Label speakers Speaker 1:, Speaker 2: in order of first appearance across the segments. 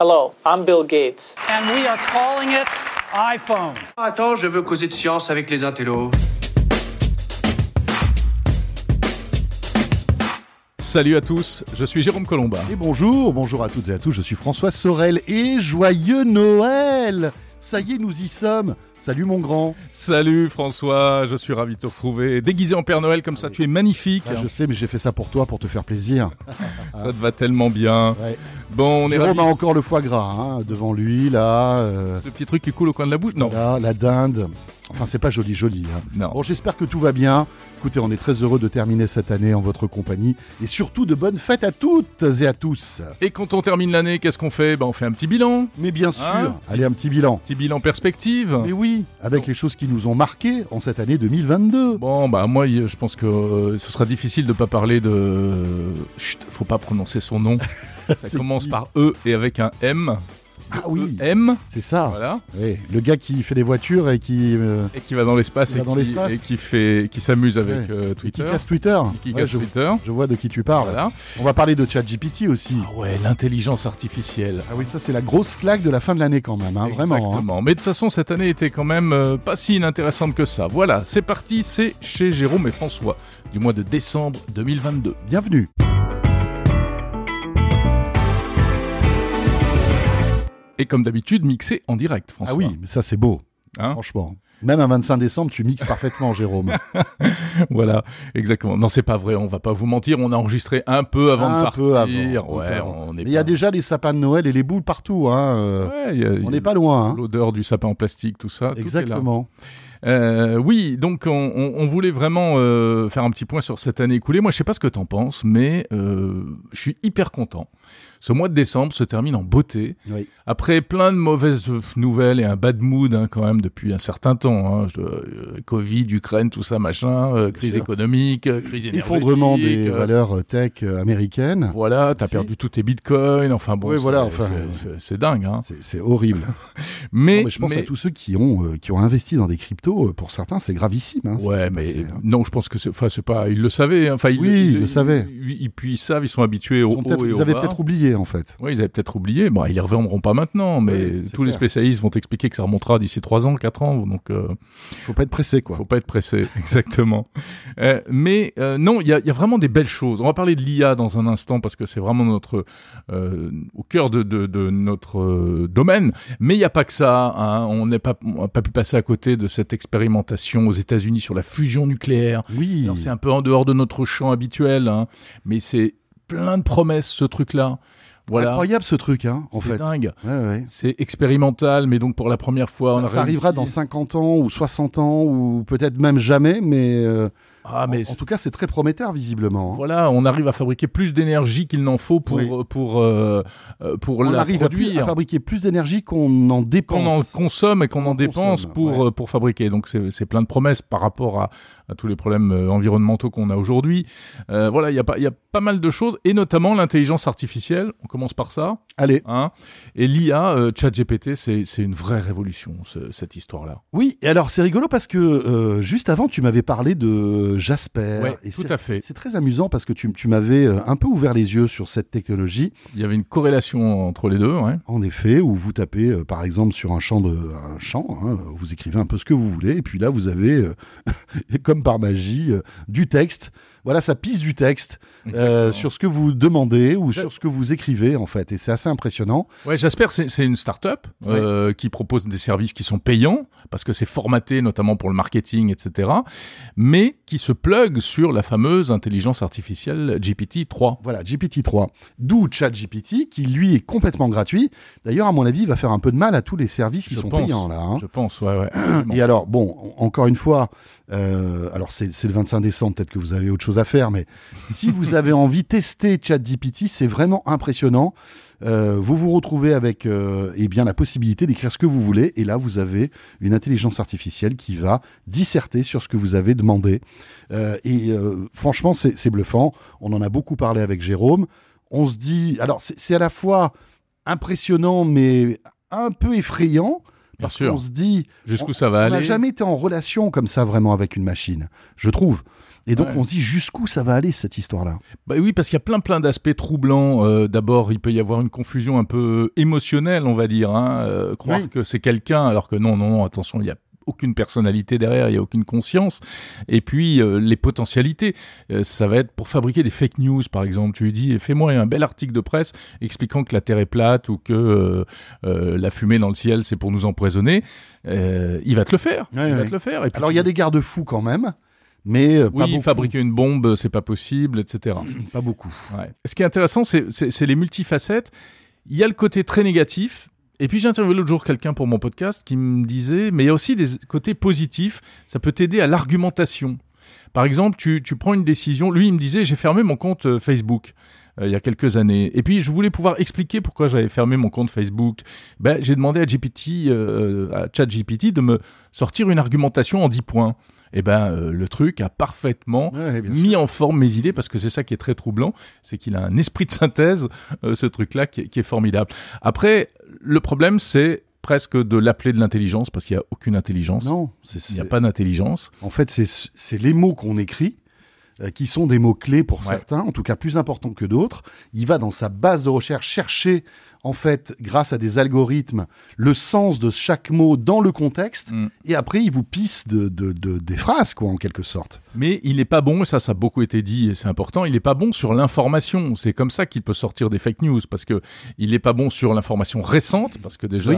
Speaker 1: Hello, I'm Bill Gates.
Speaker 2: and we are calling it iPhone.
Speaker 3: Attends, je veux causer de science avec les intellos.
Speaker 4: Salut à tous, je suis Jérôme Colombin.
Speaker 5: Et bonjour, bonjour à toutes et à tous, je suis François Sorel et joyeux Noël Ça y est, nous y sommes Salut mon grand
Speaker 4: Salut François, je suis ravi de te retrouver. Déguisé en Père Noël comme ça, tu es magnifique.
Speaker 5: Ah, Je sais, mais j'ai fait ça pour toi, pour te faire plaisir.
Speaker 4: Ça te va tellement bien.
Speaker 5: Ouais.
Speaker 4: Bon, on est
Speaker 5: Jérôme
Speaker 4: ravis.
Speaker 5: a encore le foie gras, hein, devant lui, là, euh,
Speaker 4: Le petit truc qui coule au coin de la bouche Non.
Speaker 5: là, la dinde. Enfin, c'est pas joli, joli. hein.
Speaker 4: Non.
Speaker 5: Bon, j'espère que tout va bien. Écoutez, on est très heureux de terminer cette année en votre compagnie. Et surtout, de bonnes fêtes à toutes et à tous
Speaker 4: Et quand on termine l'année, qu'est-ce qu'on fait ben, On fait un petit bilan.
Speaker 5: Mais bien sûr,
Speaker 4: Hein
Speaker 5: allez, un petit bilan.
Speaker 4: Petit bilan perspective.
Speaker 5: Mais oui, avec les choses qui nous ont marqués en cette année 2022.
Speaker 4: Bon, bah moi, y- je pense que euh, ce sera difficile de pas parler de... Chut, faut pas prononcer son nom. Ça
Speaker 5: C'est
Speaker 4: commence
Speaker 5: qui
Speaker 4: par E et avec un M. E
Speaker 5: Ah oui, Ah.
Speaker 4: M,
Speaker 5: c'est ça.
Speaker 4: voilà.
Speaker 5: Oui, le gars qui fait des voitures et qui, euh,
Speaker 4: Et qui va dans l'espace
Speaker 5: Il va
Speaker 4: et,
Speaker 5: dans
Speaker 4: qui-
Speaker 5: l'espace.
Speaker 4: et qui fait, qui s'amuse avec
Speaker 5: Ouais.
Speaker 4: euh,
Speaker 5: et qui
Speaker 4: Twitter.
Speaker 5: casse Twitter.
Speaker 4: Et qui
Speaker 5: Ouais,
Speaker 4: casse
Speaker 5: je,
Speaker 4: Twitter.
Speaker 5: je vois de qui tu parles.
Speaker 4: Voilà.
Speaker 5: On va parler de ChatGPT aussi.
Speaker 4: Ah ouais, l'intelligence artificielle.
Speaker 5: Ah oui, ça c'est la grosse claque de la fin de l'année quand même, hein, vraiment. hein.
Speaker 4: Exactement. Mais de toute façon, cette année était quand même euh, pas si inintéressante que ça. Voilà, c'est parti, c'est chez Jérôme et François du mois de décembre 2022.
Speaker 5: Bienvenue.
Speaker 4: Et comme d'habitude, mixé en direct, François.
Speaker 5: Ah oui, mais ça c'est beau,
Speaker 4: Hein
Speaker 5: franchement. Même un 25 décembre, tu mixes parfaitement, Jérôme.
Speaker 4: Voilà, exactement. Non, c'est pas vrai, on va pas vous mentir, on a enregistré un peu avant de
Speaker 5: un
Speaker 4: partir.
Speaker 5: peu avant. un peu
Speaker 4: ouais,
Speaker 5: avant.
Speaker 4: on est
Speaker 5: Mais il y a
Speaker 4: pas-
Speaker 5: déjà les sapins de Noël et les boules partout. Hein. euh,
Speaker 4: Ouais, il y a-
Speaker 5: on n'est pas loin. hein.
Speaker 4: L'odeur du sapin en plastique, tout ça. tout est là.
Speaker 5: Exactement.
Speaker 4: Euh, oui, donc on, on- on voulait vraiment euh, faire un petit point sur cette année écoulée. Moi, je sais pas ce que t'en penses, mais euh, je suis hyper content. Ce mois de décembre se termine en beauté.
Speaker 5: Oui.
Speaker 4: Après plein de mauvaises euh, nouvelles et un bad mood hein, quand même depuis un certain temps. hein. Je- euh, Covid, Ukraine, tout ça, machin, euh, crise
Speaker 5: sûr.
Speaker 4: économique, euh, crise énergétique.
Speaker 5: Effondrement des
Speaker 4: euh,
Speaker 5: valeurs euh, tech euh, américaines.
Speaker 4: Voilà, t'as
Speaker 5: Si.
Speaker 4: perdu tous tes bitcoins. Enfin bon,
Speaker 5: Oui,
Speaker 4: c'est-
Speaker 5: voilà, enfin,
Speaker 4: c'est-
Speaker 5: euh,
Speaker 4: c'est- c'est dingue. Hein.
Speaker 5: C'est c'est horrible.
Speaker 4: Mais,
Speaker 5: Non, mais je pense
Speaker 4: mais-
Speaker 5: à tous ceux qui ont, euh, qui ont investi dans des cryptos. euh, Pour certains, c'est gravissime. hein, ce qui
Speaker 4: Ouais,
Speaker 5: s'est
Speaker 4: mais
Speaker 5: passé, hein.
Speaker 4: non, je pense que c'est, enfin, c'est pas, ils le savaient. hein. Enfin, ils,
Speaker 5: Oui, ils le savaient.
Speaker 4: Ils, ils- puis ils savent, ils sont habitués
Speaker 5: Ils
Speaker 4: au
Speaker 5: ont
Speaker 4: haut
Speaker 5: peut-être-
Speaker 4: et
Speaker 5: ils
Speaker 4: Oh, au
Speaker 5: avaient
Speaker 4: bas.
Speaker 5: peut-être oublié, en fait.
Speaker 4: Ouais, ils avaient peut-être oublié. Bon, ils ne reviendront pas maintenant, mais
Speaker 5: Ouais,
Speaker 4: tous
Speaker 5: c'est
Speaker 4: les
Speaker 5: clair.
Speaker 4: spécialistes vont t'expliquer que ça remontera d'ici 3 ans, 4 ans. Donc, euh,
Speaker 5: Faut pas être pressé, quoi.
Speaker 4: faut pas être pressé, exactement. Euh, mais euh, non, il y a, il y a vraiment des belles choses. On va parler de l'IA dans un instant parce que c'est vraiment notre euh, au cœur de, de, de notre euh, domaine. Mais il n'y a pas que ça. hein. On n'a pas, on a pas pu passer à côté de cette expérimentation aux États-Unis sur la fusion nucléaire.
Speaker 5: Oui.
Speaker 4: Alors, c'est un peu en dehors de notre champ habituel, hein, mais c'est plein de promesses ce truc-là. Voilà,
Speaker 5: Incroyable ce truc, hein, en
Speaker 4: c'est
Speaker 5: fait.
Speaker 4: dingue.
Speaker 5: Ouais, ouais.
Speaker 4: C'est expérimental, mais donc pour la première fois, on
Speaker 5: ça,
Speaker 4: a
Speaker 5: ça arrivera
Speaker 4: réussi-
Speaker 5: dans 50 ans ou 60 ans ou peut-être même jamais, mais, euh,
Speaker 4: Ah, mais
Speaker 5: en, en tout cas, c'est très prometteur visiblement. hein.
Speaker 4: voilà, on arrive à fabriquer plus d'énergie qu'il n'en faut pour
Speaker 5: Oui.
Speaker 4: pour euh, euh, pour
Speaker 5: On
Speaker 4: la
Speaker 5: arrive à, plus- à
Speaker 4: produire.
Speaker 5: fabriquer plus d'énergie qu'on
Speaker 4: qu'on
Speaker 5: en
Speaker 4: en
Speaker 5: dépense.
Speaker 4: consomme et qu'on
Speaker 5: Qu'on
Speaker 4: en
Speaker 5: en
Speaker 4: dépense
Speaker 5: consomme,
Speaker 4: pour,
Speaker 5: ouais.
Speaker 4: euh, pour fabriquer. Donc c'est c'est plein de promesses par rapport à, à tous les problèmes euh, environnementaux qu'on a aujourd'hui. Euh, voilà, il y, a pas- il y a pas mal de choses, et notamment l'intelligence artificielle. On commence par ça.
Speaker 5: Allez,
Speaker 4: Hein et l'IA, euh, ChatGPT, c'est c'est une vraie révolution, ce- cette histoire-là.
Speaker 5: oui. Et alors, c'est rigolo parce que euh, juste avant, tu m'avais parlé de Jasper.
Speaker 4: Ouais,
Speaker 5: et
Speaker 4: tout
Speaker 5: c'est-
Speaker 4: à fait.
Speaker 5: c'est- C'est très amusant parce que tu, tu m'avais euh, un peu ouvert les yeux sur cette technologie.
Speaker 4: Il y avait une corrélation entre les deux, ouais.
Speaker 5: En effet, où vous tapez euh, par exemple sur un champ de un champ, hein, vous écrivez un peu ce que vous voulez, et puis là vous avez, euh, comme par magie, euh, du texte. Voilà, ça pisse du texte euh,
Speaker 4: Exactement.
Speaker 5: sur ce que vous demandez ou
Speaker 4: Je-
Speaker 5: sur ce que vous écrivez en fait, et c'est assez impressionnant.
Speaker 4: Ouais, Jasper, c'est c'est une start-up euh, qui propose des services qui sont payants, parce que c'est formaté notamment pour le marketing, etc., mais qui se plug sur la fameuse intelligence artificielle GPT-3.
Speaker 5: Voilà, GPT-3, d'où ChatGPT, qui lui est complètement gratuit. D'ailleurs, à mon avis, il va faire un peu de mal à tous les services qui
Speaker 4: Je
Speaker 5: sont
Speaker 4: pense.
Speaker 5: payants là. hein.
Speaker 4: Je pense, ouais, ouais.
Speaker 5: Et alors, bon, en- encore une fois, euh, alors c'est c'est le 25 décembre, peut-être que vous avez autre chose à faire, mais si vous avez envie de tester ChatGPT, c'est vraiment impressionnant. Euh, vous vous retrouvez avec euh, eh bien, la possibilité d'écrire ce que vous voulez, et là, vous avez une intelligence artificielle qui va disserter sur ce que vous avez demandé. Euh, et euh, franchement, c'est c'est bluffant. On en a beaucoup parlé avec Jérôme. On se dit, alors c'est c'est à la fois impressionnant, mais un peu effrayant.
Speaker 4: Bien
Speaker 5: Parce
Speaker 4: sûr.
Speaker 5: qu'on se dit,
Speaker 4: Jusqu'où ça va
Speaker 5: on n'a
Speaker 4: aller
Speaker 5: jamais été en relation comme ça vraiment avec une machine, je trouve. Et donc
Speaker 4: Ouais.
Speaker 5: on se dit jusqu'où ça va aller cette histoire-là.
Speaker 4: Bah oui, parce qu'il y a plein plein d'aspects troublants. Euh, D'abord, il peut y avoir une confusion un peu émotionnelle, on va dire, hein, euh, croire
Speaker 5: Oui.
Speaker 4: que c'est quelqu'un, alors que non, non, non, attention, il y a aucune personnalité derrière, il n'y a aucune conscience. Et puis, euh, les potentialités, Euh, ça va être pour fabriquer des fake news, par exemple. Tu lui dis, fais-moi un bel article de presse expliquant que la Terre est plate ou que euh, euh, la fumée dans le ciel, c'est pour nous empoisonner. Euh, il va te le faire.
Speaker 5: Ouais,
Speaker 4: il va
Speaker 5: ouais.
Speaker 4: te le faire. Et puis
Speaker 5: Alors il
Speaker 4: tu-
Speaker 5: y a des garde-fous quand même, mais euh, pas,
Speaker 4: oui,
Speaker 5: beaucoup,
Speaker 4: fabriquer une bombe, c'est pas possible, etc.
Speaker 5: pas beaucoup.
Speaker 4: Ouais. Ce qui est intéressant, c'est- c'est c'est les multifacettes. Il y a le côté très négatif. Et puis j'ai interviewé l'autre jour quelqu'un pour mon podcast qui me disait, mais il y a aussi des côtés positifs. Ça peut t'aider à l'argumentation. Par exemple, tu, tu prends une décision. Lui, il me disait, j'ai fermé mon compte euh, Facebook euh, il y a quelques années. Et puis, je voulais pouvoir expliquer pourquoi j'avais fermé mon compte Facebook. Ben, j'ai demandé à GPT, euh, à ChatGPT, de me sortir une argumentation en 10 points. Et ben, euh, le truc a parfaitement
Speaker 5: Ouais, bien sûr.
Speaker 4: mis en forme mes idées parce que c'est ça qui est très troublant, c'est qu'il a un esprit de synthèse, euh, ce truc-là qui, est- qui est formidable. Après, le problème c'est presque de l'appeler de l'intelligence parce qu'il n'y a aucune intelligence.
Speaker 5: Non, c'est-
Speaker 4: Il n'y a
Speaker 5: c'est-
Speaker 4: pas d'intelligence.
Speaker 5: En fait, c'est- c'est les mots qu'on écrit euh, qui sont des mots clés pour
Speaker 4: Ouais.
Speaker 5: certains, en tout cas plus importants que d'autres. Il va dans sa base de recherche chercher, en fait, grâce à des algorithmes, le sens de chaque mot dans le contexte,
Speaker 4: Mm.
Speaker 5: et après il vous pisse de, de- de- des phrases, quoi, en quelque sorte.
Speaker 4: Mais il n'est pas bon, et ça, ça a beaucoup été dit, et c'est important, il n'est pas bon sur l'information. C'est comme ça qu'il peut sortir des fake news, parce que il n'est pas bon sur l'information récente, parce que déjà,
Speaker 5: Oui.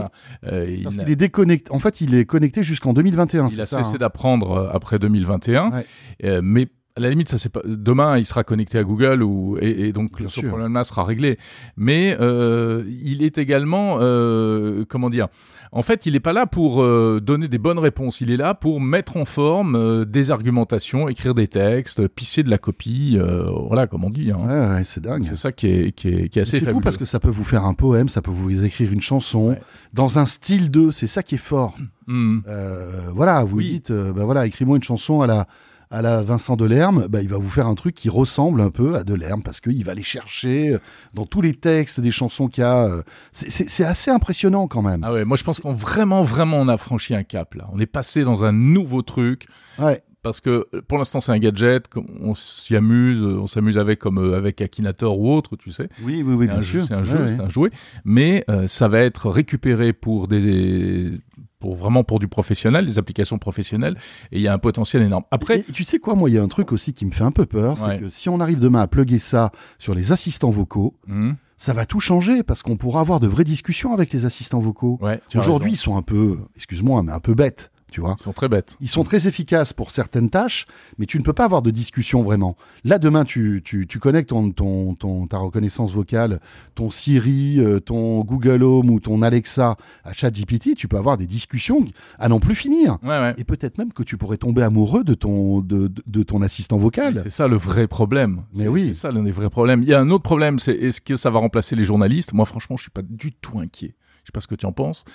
Speaker 4: euh, il,
Speaker 5: Parce
Speaker 4: n'a-
Speaker 5: qu'il est déconnecté. En fait, il est connecté jusqu'en 2021,
Speaker 4: Il
Speaker 5: c'est
Speaker 4: a
Speaker 5: ça.
Speaker 4: cessé
Speaker 5: hein.
Speaker 4: d'apprendre euh, après 2021.
Speaker 5: Ouais.
Speaker 4: Euh, mais à la limite, ça c'est pas. Demain, il sera connecté à Google ou et, et donc
Speaker 5: Bien
Speaker 4: ce
Speaker 5: sûr.
Speaker 4: problème-là sera réglé. Mais euh, il est également, euh, comment dire En fait, il n'est pas là pour euh, donner des bonnes réponses. Il est là pour mettre en forme euh, des argumentations, écrire des textes, pisser de la copie. euh, voilà, comme on dit. hein.
Speaker 5: Ouais, ouais, c'est dingue.
Speaker 4: C'est ça qui est, qui est, qui est assez
Speaker 5: C'est fou
Speaker 4: fabuleux.
Speaker 5: parce que ça peut vous faire un poème, ça peut vous écrire une chanson
Speaker 4: Ouais.
Speaker 5: dans un style d'eux. C'est ça qui est fort.
Speaker 4: Hmm.
Speaker 5: Euh, voilà, vous
Speaker 4: Oui.
Speaker 5: dites, euh, bah voilà, écris-moi une chanson à la, à la Vincent Delerme, bah, il va vous faire un truc qui ressemble un peu à Delerme parce qu'il va aller chercher euh, dans tous les textes des chansons qu'il y a. euh, c'est- C'est c'est assez impressionnant quand même.
Speaker 4: Ah ouais, moi je pense qu'on vraiment, vraiment, on a franchi un cap là. On est passé dans un nouveau truc.
Speaker 5: Ouais.
Speaker 4: parce que euh, pour l'instant c'est un gadget, qu'on- on s'y amuse, euh, on s'amuse avec comme euh, avec Akinator ou autre, tu sais.
Speaker 5: Oui, oui, oui,
Speaker 4: C'est
Speaker 5: bien
Speaker 4: un jeu,
Speaker 5: sûr.
Speaker 4: c'est un jeu,
Speaker 5: Ouais,
Speaker 4: c'est
Speaker 5: ouais.
Speaker 4: un jouet, mais euh, ça va être récupéré pour des pour vraiment pour du professionnel, des applications professionnelles et il y a un potentiel énorme. Après,
Speaker 5: Et- et tu sais quoi, moi, il y a un truc aussi qui me fait un peu peur,
Speaker 4: Ouais.
Speaker 5: c'est que si on arrive demain à plugger ça sur les assistants vocaux,
Speaker 4: Hmm,
Speaker 5: ça va tout changer parce qu'on pourra avoir de vraies discussions avec les assistants vocaux.
Speaker 4: ouais, tu as
Speaker 5: Aujourd'hui, ils
Speaker 4: raison.
Speaker 5: sont un peu, excuse-moi, mais un peu bêtes, tu vois.
Speaker 4: ils sont très bêtes.
Speaker 5: Ils sont très efficaces pour certaines tâches, mais tu ne peux pas avoir de discussion vraiment. Là, demain, tu, tu, tu connectes ton, ton, ton- ta reconnaissance vocale, ton Siri, euh, ton Google Home ou ton Alexa à ChatGPT, tu peux avoir des discussions à n'en plus finir.
Speaker 4: Ouais, ouais.
Speaker 5: Et peut-être même que tu pourrais tomber amoureux de ton, de, de- de ton assistant
Speaker 4: Mais
Speaker 5: vocal.
Speaker 4: C'est ça le vrai problème.
Speaker 5: Mais
Speaker 4: C'est-
Speaker 5: oui.
Speaker 4: C'est ça l'un des vrais problèmes. Il y a un autre problème, c'est est-ce que ça va remplacer les journalistes Moi, franchement, je suis pas du tout inquiet. Je sais pas ce que tu en penses.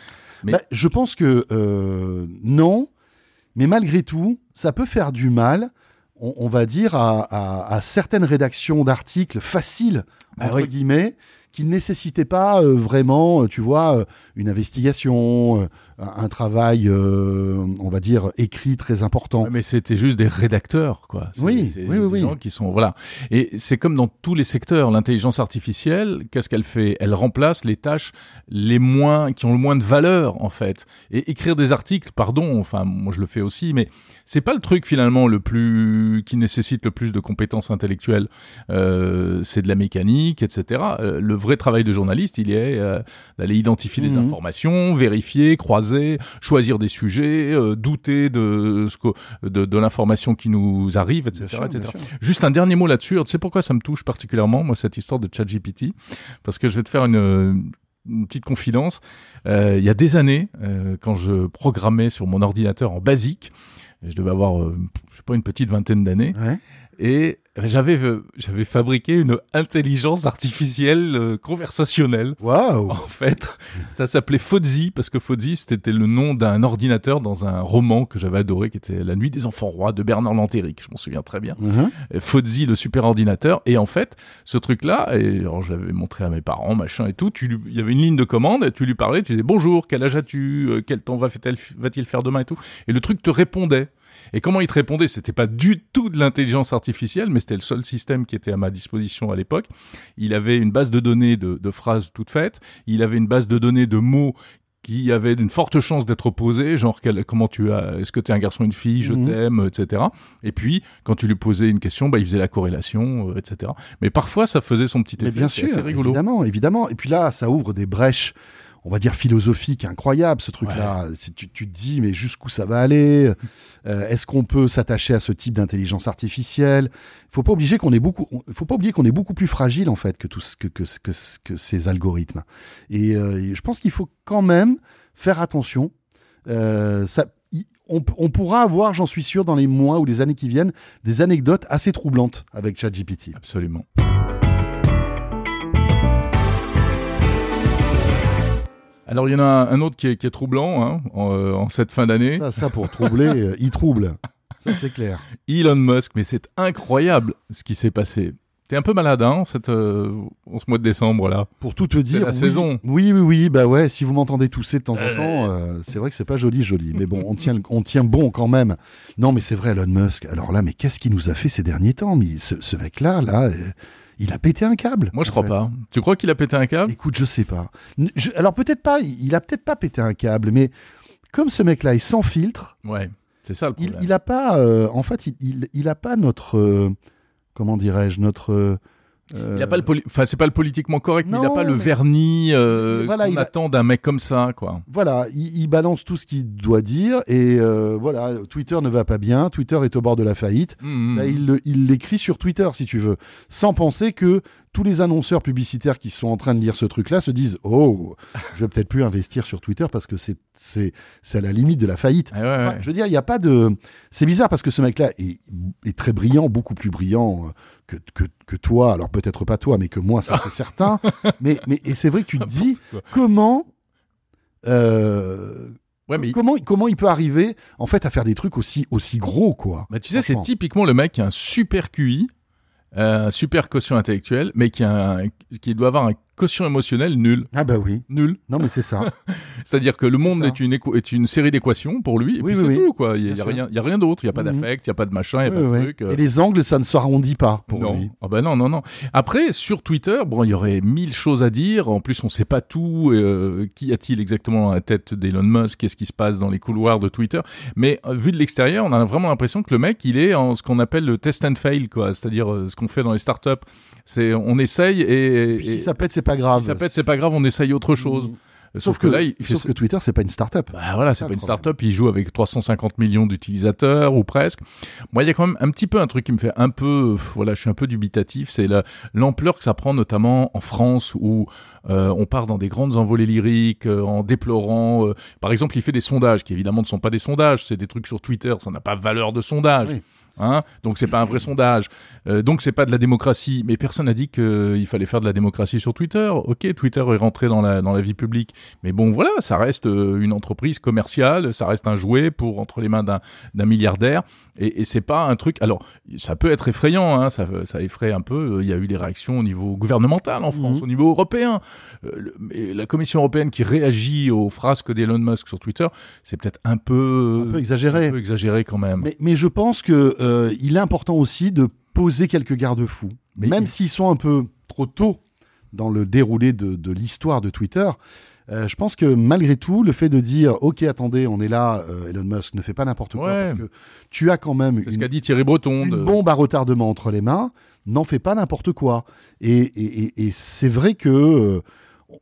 Speaker 4: mais-
Speaker 5: Bah, je pense que euh, non, mais malgré tout, ça peut faire du mal. On, on va dire à, à- à certaines rédactions d'articles faciles
Speaker 4: Ah
Speaker 5: entre
Speaker 4: oui.
Speaker 5: guillemets qui ne nécessitaient pas euh, vraiment, euh, tu vois, euh, une investigation, euh, un un travail, euh, on va dire écrit très important.
Speaker 4: Ouais, mais c'était juste des rédacteurs, quoi. C'est-
Speaker 5: Oui,
Speaker 4: c'est
Speaker 5: oui,
Speaker 4: des
Speaker 5: oui, oui.
Speaker 4: gens qui sont voilà. Et c'est comme dans tous les secteurs, l'intelligence artificielle, qu'est-ce qu'elle fait Elle remplace les tâches les moins qui ont le moins de valeur en fait. Et écrire des articles, pardon, enfin moi je le fais aussi, mais c'est pas le truc finalement le plus qui nécessite le plus de compétences intellectuelles. Euh, c'est de la mécanique, etc. Euh, le vrai travail de journaliste, il est euh, d'aller identifier des
Speaker 5: Mhm.
Speaker 4: informations, vérifier, croiser, choisir des sujets, euh, douter de ce que de, de l'information qui nous arrive, etc.
Speaker 5: Bien sûr,
Speaker 4: etc.
Speaker 5: bien sûr.
Speaker 4: Juste un dernier mot là-dessus. Tu sais pourquoi ça me touche particulièrement, moi, cette histoire de ChatGPT Parce que je vais te faire une, une petite confidence. Euh, il y a des années, euh, quand je programmais sur mon ordinateur en basique, je devais avoir, euh, je sais pas, une petite vingtaine d'années,
Speaker 5: Ouais.
Speaker 4: et j'avais euh, j'avais fabriqué une intelligence artificielle euh, conversationnelle.
Speaker 5: Waouh.
Speaker 4: En fait, ça s'appelait Fozzie, parce que Fozzie, c'était le nom d'un ordinateur dans un roman que j'avais adoré, qui était La nuit des enfants rois de Bernard Lantéric, je m'en souviens très bien.
Speaker 5: Mhm.
Speaker 4: Euh, Fozzie, le super ordinateur. Et en fait, ce truc-là, et alors, je l'avais montré à mes parents, machin et tout, tu lui- il y avait une ligne de commande, tu lui parlais, tu disais bonjour, quel âge as-tu, Euh, quel temps va- fait-elle- va-t-il faire demain et tout. Et le truc te répondait. Et comment il te répondait C'était pas du tout de l'intelligence artificielle, mais c'était le seul système qui était à ma disposition à l'époque. Il avait une base de données de, de phrases toutes faites. Il avait une base de données de mots qui avaient une forte chance d'être opposés, genre quel- comment tu as, est-ce que tu es un garçon, une fille, je
Speaker 5: Mhm.
Speaker 4: t'aime, etc. Et puis quand tu lui posais une question, bah il faisait la corrélation, euh, etc. Mais parfois ça faisait son petit effet.
Speaker 5: Mais bien
Speaker 4: c'est
Speaker 5: sûr,
Speaker 4: assez rigolo.
Speaker 5: évidemment, évidemment. Et puis là, ça ouvre des brèches, on va dire philosophiques, incroyables, ce truc-là. C'est- Tu, tu te dis, mais jusqu'où ça va aller Euh, Est-ce qu'on peut s'attacher à ce type d'intelligence artificielle Faut pas obliger qu'on est beaucoup, on- faut pas oublier qu'on est beaucoup plus fragile en fait que tout ce- que que ce- que ce- que ces algorithmes. Et euh, je pense qu'il faut quand même faire attention. Euh, ça. y- On, p- on pourra avoir, j'en suis sûr, dans les mois ou les années qui viennent, des anecdotes assez troublantes avec ChatGPT.
Speaker 4: Absolument. Alors il y en a un un autre qui est, qui est troublant hein, en, euh, en cette fin d'année.
Speaker 5: Ça, ça pour troubler, euh, il trouble. Ça, c'est clair.
Speaker 4: Elon Musk, mais c'est incroyable ce qui s'est passé. T'es un peu malade hein, cette, euh, en ce mois de décembre là.
Speaker 5: Pour tout te dire.
Speaker 4: la
Speaker 5: oui,
Speaker 4: saison.
Speaker 5: Oui, oui, oui. Bah ouais, si vous m'entendez tousser de temps en temps, euh, c'est vrai que c'est pas joli, joli. Mais bon, on tient, le- on tient bon quand même. Non, mais c'est vrai, Elon Musk. Alors là, mais qu'est-ce qu'il nous a fait ces derniers temps Mais ce, ce mec-là, là, euh, il a pété un câble.
Speaker 4: Moi je
Speaker 5: en
Speaker 4: crois
Speaker 5: fait.
Speaker 4: pas. Tu crois qu'il a pété un câble
Speaker 5: Écoute, je sais pas. N- je- alors peut-être pas, il il a peut-être pas pété un câble, mais comme ce mec-là est sans filtre,
Speaker 4: Ouais, c'est ça le
Speaker 5: il,
Speaker 4: problème.
Speaker 5: il a pas, euh, en fait, il, il, il a pas notre, euh, comment dirais-je, notre. euh,
Speaker 4: Il a pas le poli- enfin c'est pas le politiquement correct, mais il
Speaker 5: Non,
Speaker 4: a pas le
Speaker 5: mais-
Speaker 4: vernis euh,
Speaker 5: Voilà,
Speaker 4: qu'on
Speaker 5: il a-
Speaker 4: attend d'un mec comme ça quoi.
Speaker 5: Voilà, il, il balance tout ce qu'il doit dire et euh, voilà, Twitter ne va pas bien, Twitter est au bord de la faillite.
Speaker 4: Mhm.
Speaker 5: Là, il le- il l'écrit sur Twitter, si tu veux, sans penser que tous les annonceurs publicitaires qui sont en train de lire ce truc-là se disent Oh, je vais peut-être plus investir sur Twitter parce que c'est- c'est c'est à la limite de la faillite.
Speaker 4: Ah ouais, ouais.
Speaker 5: Enfin, je veux dire, il n'y a pas de. C'est bizarre parce que ce mec-là est, est très brillant, beaucoup plus brillant euh, que, que, que toi. Alors peut-être pas toi, mais que moi, ça c'est certain. Mais, mais et c'est vrai que tu te dis
Speaker 4: quoi.
Speaker 5: comment. euh,
Speaker 4: Ouais, mais il-
Speaker 5: comment, comment il peut arriver en fait à faire des trucs aussi, aussi gros quoi
Speaker 4: Bah, tu sais, c'est
Speaker 5: Franchement.
Speaker 4: typiquement le mec qui a un super QI, euh, un super quotient intellectuel, mais qui, a un- qui doit avoir un quotient émotionnel nul.
Speaker 5: Ah bah oui.
Speaker 4: Nul.
Speaker 5: Non mais c'est ça.
Speaker 4: C'est-à-dire que le monde
Speaker 5: ça.
Speaker 4: est une, équ- est une série d'équations pour lui, et puis
Speaker 5: Oui, oui,
Speaker 4: c'est
Speaker 5: oui.
Speaker 4: tout, quoi. Il n'y
Speaker 5: Bien
Speaker 4: a,
Speaker 5: sûr.
Speaker 4: rien- il y a rien d'autre. Il n'y a pas
Speaker 5: Mhm.
Speaker 4: d'affect, il n'y a pas de machin, il n'y a
Speaker 5: Ouais,
Speaker 4: pas de
Speaker 5: ouais.
Speaker 4: truc. euh,
Speaker 5: Et les angles, ça ne s'arrondit pas pour
Speaker 4: non.
Speaker 5: lui.
Speaker 4: Ah bah non, non, non. Après, sur Twitter, bon, il y aurait mille choses à dire. En plus, on sait pas tout. euh, qui a-t-il exactement à la tête d'Elon Musk Qu'est-ce qui se passe dans les couloirs de Twitter Mais euh, vu de l'extérieur, on a vraiment l'impression que le mec, il est en ce qu'on appelle le test and fail, quoi. C'est-à-dire euh, ce qu'on fait dans les startups. C'est on essaye et,
Speaker 5: Et puis,
Speaker 4: et-
Speaker 5: si ça pète, c'est pas grave.
Speaker 4: si ça pète, c'est pas grave. On essaye autre chose. Euh,
Speaker 5: Mm.
Speaker 4: Sauf,
Speaker 5: Sauf
Speaker 4: que, là, il fait
Speaker 5: sauf que Twitter, c'est pas une start-up.
Speaker 4: bah voilà, c'est
Speaker 5: ça,
Speaker 4: pas
Speaker 5: le
Speaker 4: une
Speaker 5: problème.
Speaker 4: start-up, il joue avec 350 millions d'utilisateurs ou presque. Moi, il y a quand même un petit peu un truc qui me fait un peu, pff, voilà, je suis un peu dubitatif, c'est la- l'ampleur que ça prend notamment en France où euh, on part dans des grandes envolées lyriques euh, en déplorant. euh, par exemple, il fait des sondages qui évidemment ne sont pas des sondages, c'est des trucs sur Twitter, ça n'a pas valeur de sondage.
Speaker 5: Oui.
Speaker 4: Hein donc c'est pas un vrai sondage, Euh, donc c'est pas de la démocratie. Mais personne n'a dit qu'il fallait faire de la démocratie sur Twitter. Ok, Twitter est rentré dans la dans la vie publique. Mais bon, voilà, ça reste euh, une entreprise commerciale, ça reste un jouet pour entre les mains d'un d'un milliardaire, et, et c'est pas un truc. Alors, ça peut être effrayant, hein, ça, ça effraie un peu. Il y a eu des réactions au niveau gouvernemental en France,
Speaker 5: Mhm.
Speaker 4: au niveau européen. Euh, le- mais la Commission européenne qui réagit aux frasques d'Elon Musk sur Twitter, c'est peut-être un peu,
Speaker 5: Un peu exagéré.
Speaker 4: un peu exagéré quand même.
Speaker 5: Mais, mais je pense que euh, il est important aussi de poser quelques garde-fous,
Speaker 4: Mais-
Speaker 5: même s'ils sont un peu trop tôt dans le déroulé de, de l'histoire de Twitter. euh, je pense que malgré tout, le fait de dire OK, attendez, on est là, euh, Elon Musk ne fait pas n'importe quoi,
Speaker 4: Ouais.
Speaker 5: parce que tu as quand même
Speaker 4: c'est ce
Speaker 5: une,
Speaker 4: qu'a dit Thierry Breton. de-
Speaker 5: une bombe à retardement entre les mains, n'en fait pas n'importe quoi. Et, et- et- et c'est vrai que euh,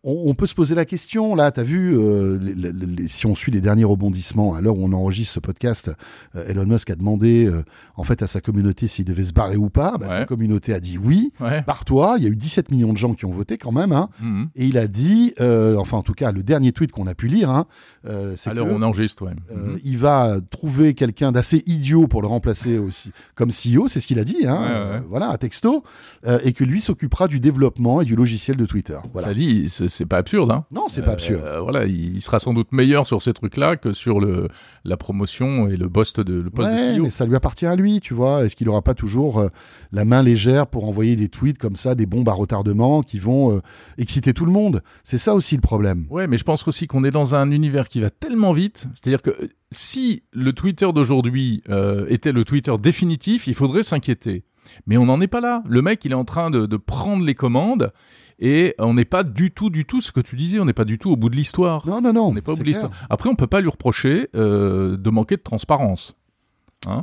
Speaker 5: on, on peut se poser la question. Là, t'as vu, euh, les- les- les- si on suit les derniers rebondissements, à l'heure où on enregistre ce podcast, euh, Elon Musk a demandé euh, en fait à sa communauté s'il devait se barrer ou pas. Bah,
Speaker 4: Ouais.
Speaker 5: Sa communauté a dit oui.
Speaker 4: Ouais.
Speaker 5: Barre-toi, il y a eu 17 millions de gens qui ont voté quand même. hein.
Speaker 4: Mhm.
Speaker 5: Et il a dit, euh, enfin en tout cas le dernier tweet qu'on a pu lire, hein, euh, c'est
Speaker 4: À l'heure
Speaker 5: que-
Speaker 4: où on enregistre, ouais.
Speaker 5: euh,
Speaker 4: Mhm.
Speaker 5: il va trouver quelqu'un d'assez idiot pour le remplacer aussi comme CEO, c'est ce qu'il a dit, hein,
Speaker 4: Ouais, ouais.
Speaker 5: euh, voilà, à texto, euh, et que lui s'occupera du développement et du logiciel de Twitter. Voilà.
Speaker 4: Ça dit, c'est c'est pas absurde. Hein.
Speaker 5: Non, c'est pas absurde.
Speaker 4: Euh, voilà, il il sera sans doute meilleur sur ces trucs-là que sur le, la promotion et le poste de, le poste
Speaker 5: Ouais,
Speaker 4: de E CEO.
Speaker 5: mais ça lui appartient à lui, tu vois. Est-ce qu'il n'aura pas toujours euh, la main légère pour envoyer des tweets comme ça, des bombes à retardement qui vont euh, exciter tout le monde C'est ça aussi le problème.
Speaker 4: Ouais, mais je pense aussi qu'on est dans un univers qui va tellement vite. C'est-à-dire que euh, si le Twitter d'aujourd'hui euh, était le Twitter définitif, il faudrait s'inquiéter. Mais on n'en est pas là. Le mec, il est en train de, de prendre les commandes et on n'est pas du tout, du tout ce que tu disais. On n'est pas du tout au bout de l'histoire.
Speaker 5: Non, non, non.
Speaker 4: On n'est pas hein. au
Speaker 5: c'est
Speaker 4: bout de l'histoire.
Speaker 5: clair.
Speaker 4: Après, on peut pas lui reprocher euh, de manquer de transparence.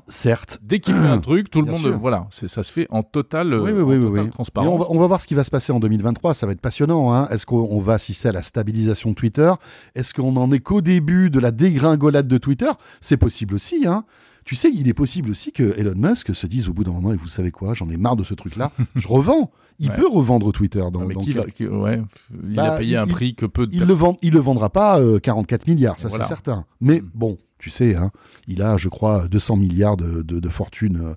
Speaker 5: Certes.
Speaker 4: Dès qu'il fait un truc, tout le
Speaker 5: Bien
Speaker 4: monde,
Speaker 5: sûr.
Speaker 4: euh, voilà, c'est- ça se fait en totale, euh,
Speaker 5: Oui, oui,
Speaker 4: en
Speaker 5: oui, oui,
Speaker 4: totale
Speaker 5: oui. Et
Speaker 4: transparence.
Speaker 5: on, va, on va voir ce qui va se passer en 2023, ça va être passionnant. hein. Est-ce qu'on on va assister à la stabilisation de Twitter Est-ce qu'on en est qu'au début de la dégringolade de Twitter C'est possible aussi. hein. Tu sais, il est possible aussi que Elon Musk se dise au bout d'un moment, et vous savez quoi, j'en ai marre de ce truc-là, je revends. Il
Speaker 4: Ouais.
Speaker 5: peut revendre Twitter dans,
Speaker 4: Non, mais
Speaker 5: dans
Speaker 4: qui va-
Speaker 5: quelques-
Speaker 4: qui- ouais, il
Speaker 5: Bah,
Speaker 4: a payé un
Speaker 5: il-
Speaker 4: prix que peu de
Speaker 5: il le vend, il le vendra pas euh, 44 milliards, ça
Speaker 4: Voilà.
Speaker 5: c'est certain. Mais
Speaker 4: Mm.
Speaker 5: bon, tu sais, hein, il a, je crois, 200 milliards de, de, de fortune euh,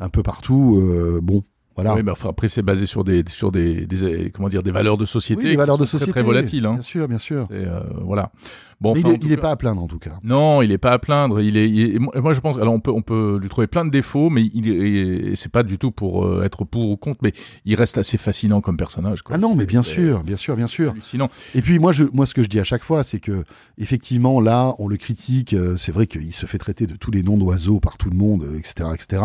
Speaker 5: un peu partout. euh, bon, voilà.
Speaker 4: Oui, mais enfin, après, c'est basé sur des, sur des, des- comment dire, des valeurs de société.
Speaker 5: Oui, les
Speaker 4: qui
Speaker 5: valeurs
Speaker 4: sont
Speaker 5: de
Speaker 4: très,
Speaker 5: société.
Speaker 4: Très, volatiles. hein.
Speaker 5: Bien sûr, bien sûr.
Speaker 4: C'est, euh, voilà. Bon,
Speaker 5: Mais
Speaker 4: enfin,
Speaker 5: il
Speaker 4: en
Speaker 5: est-
Speaker 4: tout
Speaker 5: il n'est
Speaker 4: cas-
Speaker 5: pas à plaindre en tout cas.
Speaker 4: Non, il est pas à plaindre. Il est, il est- moi, moi, je pense. Alors, on peut, on peut lui trouver plein de défauts, mais il est, et c'est pas du tout pour euh, être pour ou contre. Mais il reste assez fascinant comme personnage. quoi.
Speaker 5: Ah non,
Speaker 4: C'est-
Speaker 5: mais bien
Speaker 4: c'est
Speaker 5: sûr, bien sûr, bien sûr.
Speaker 4: Hallucinant.
Speaker 5: Et puis moi, je, moi, ce que je dis à chaque fois, c'est que effectivement, là, on le critique. euh, C'est vrai qu'il se fait traiter de tous les noms d'oiseaux par tout le monde, euh, etc., etc.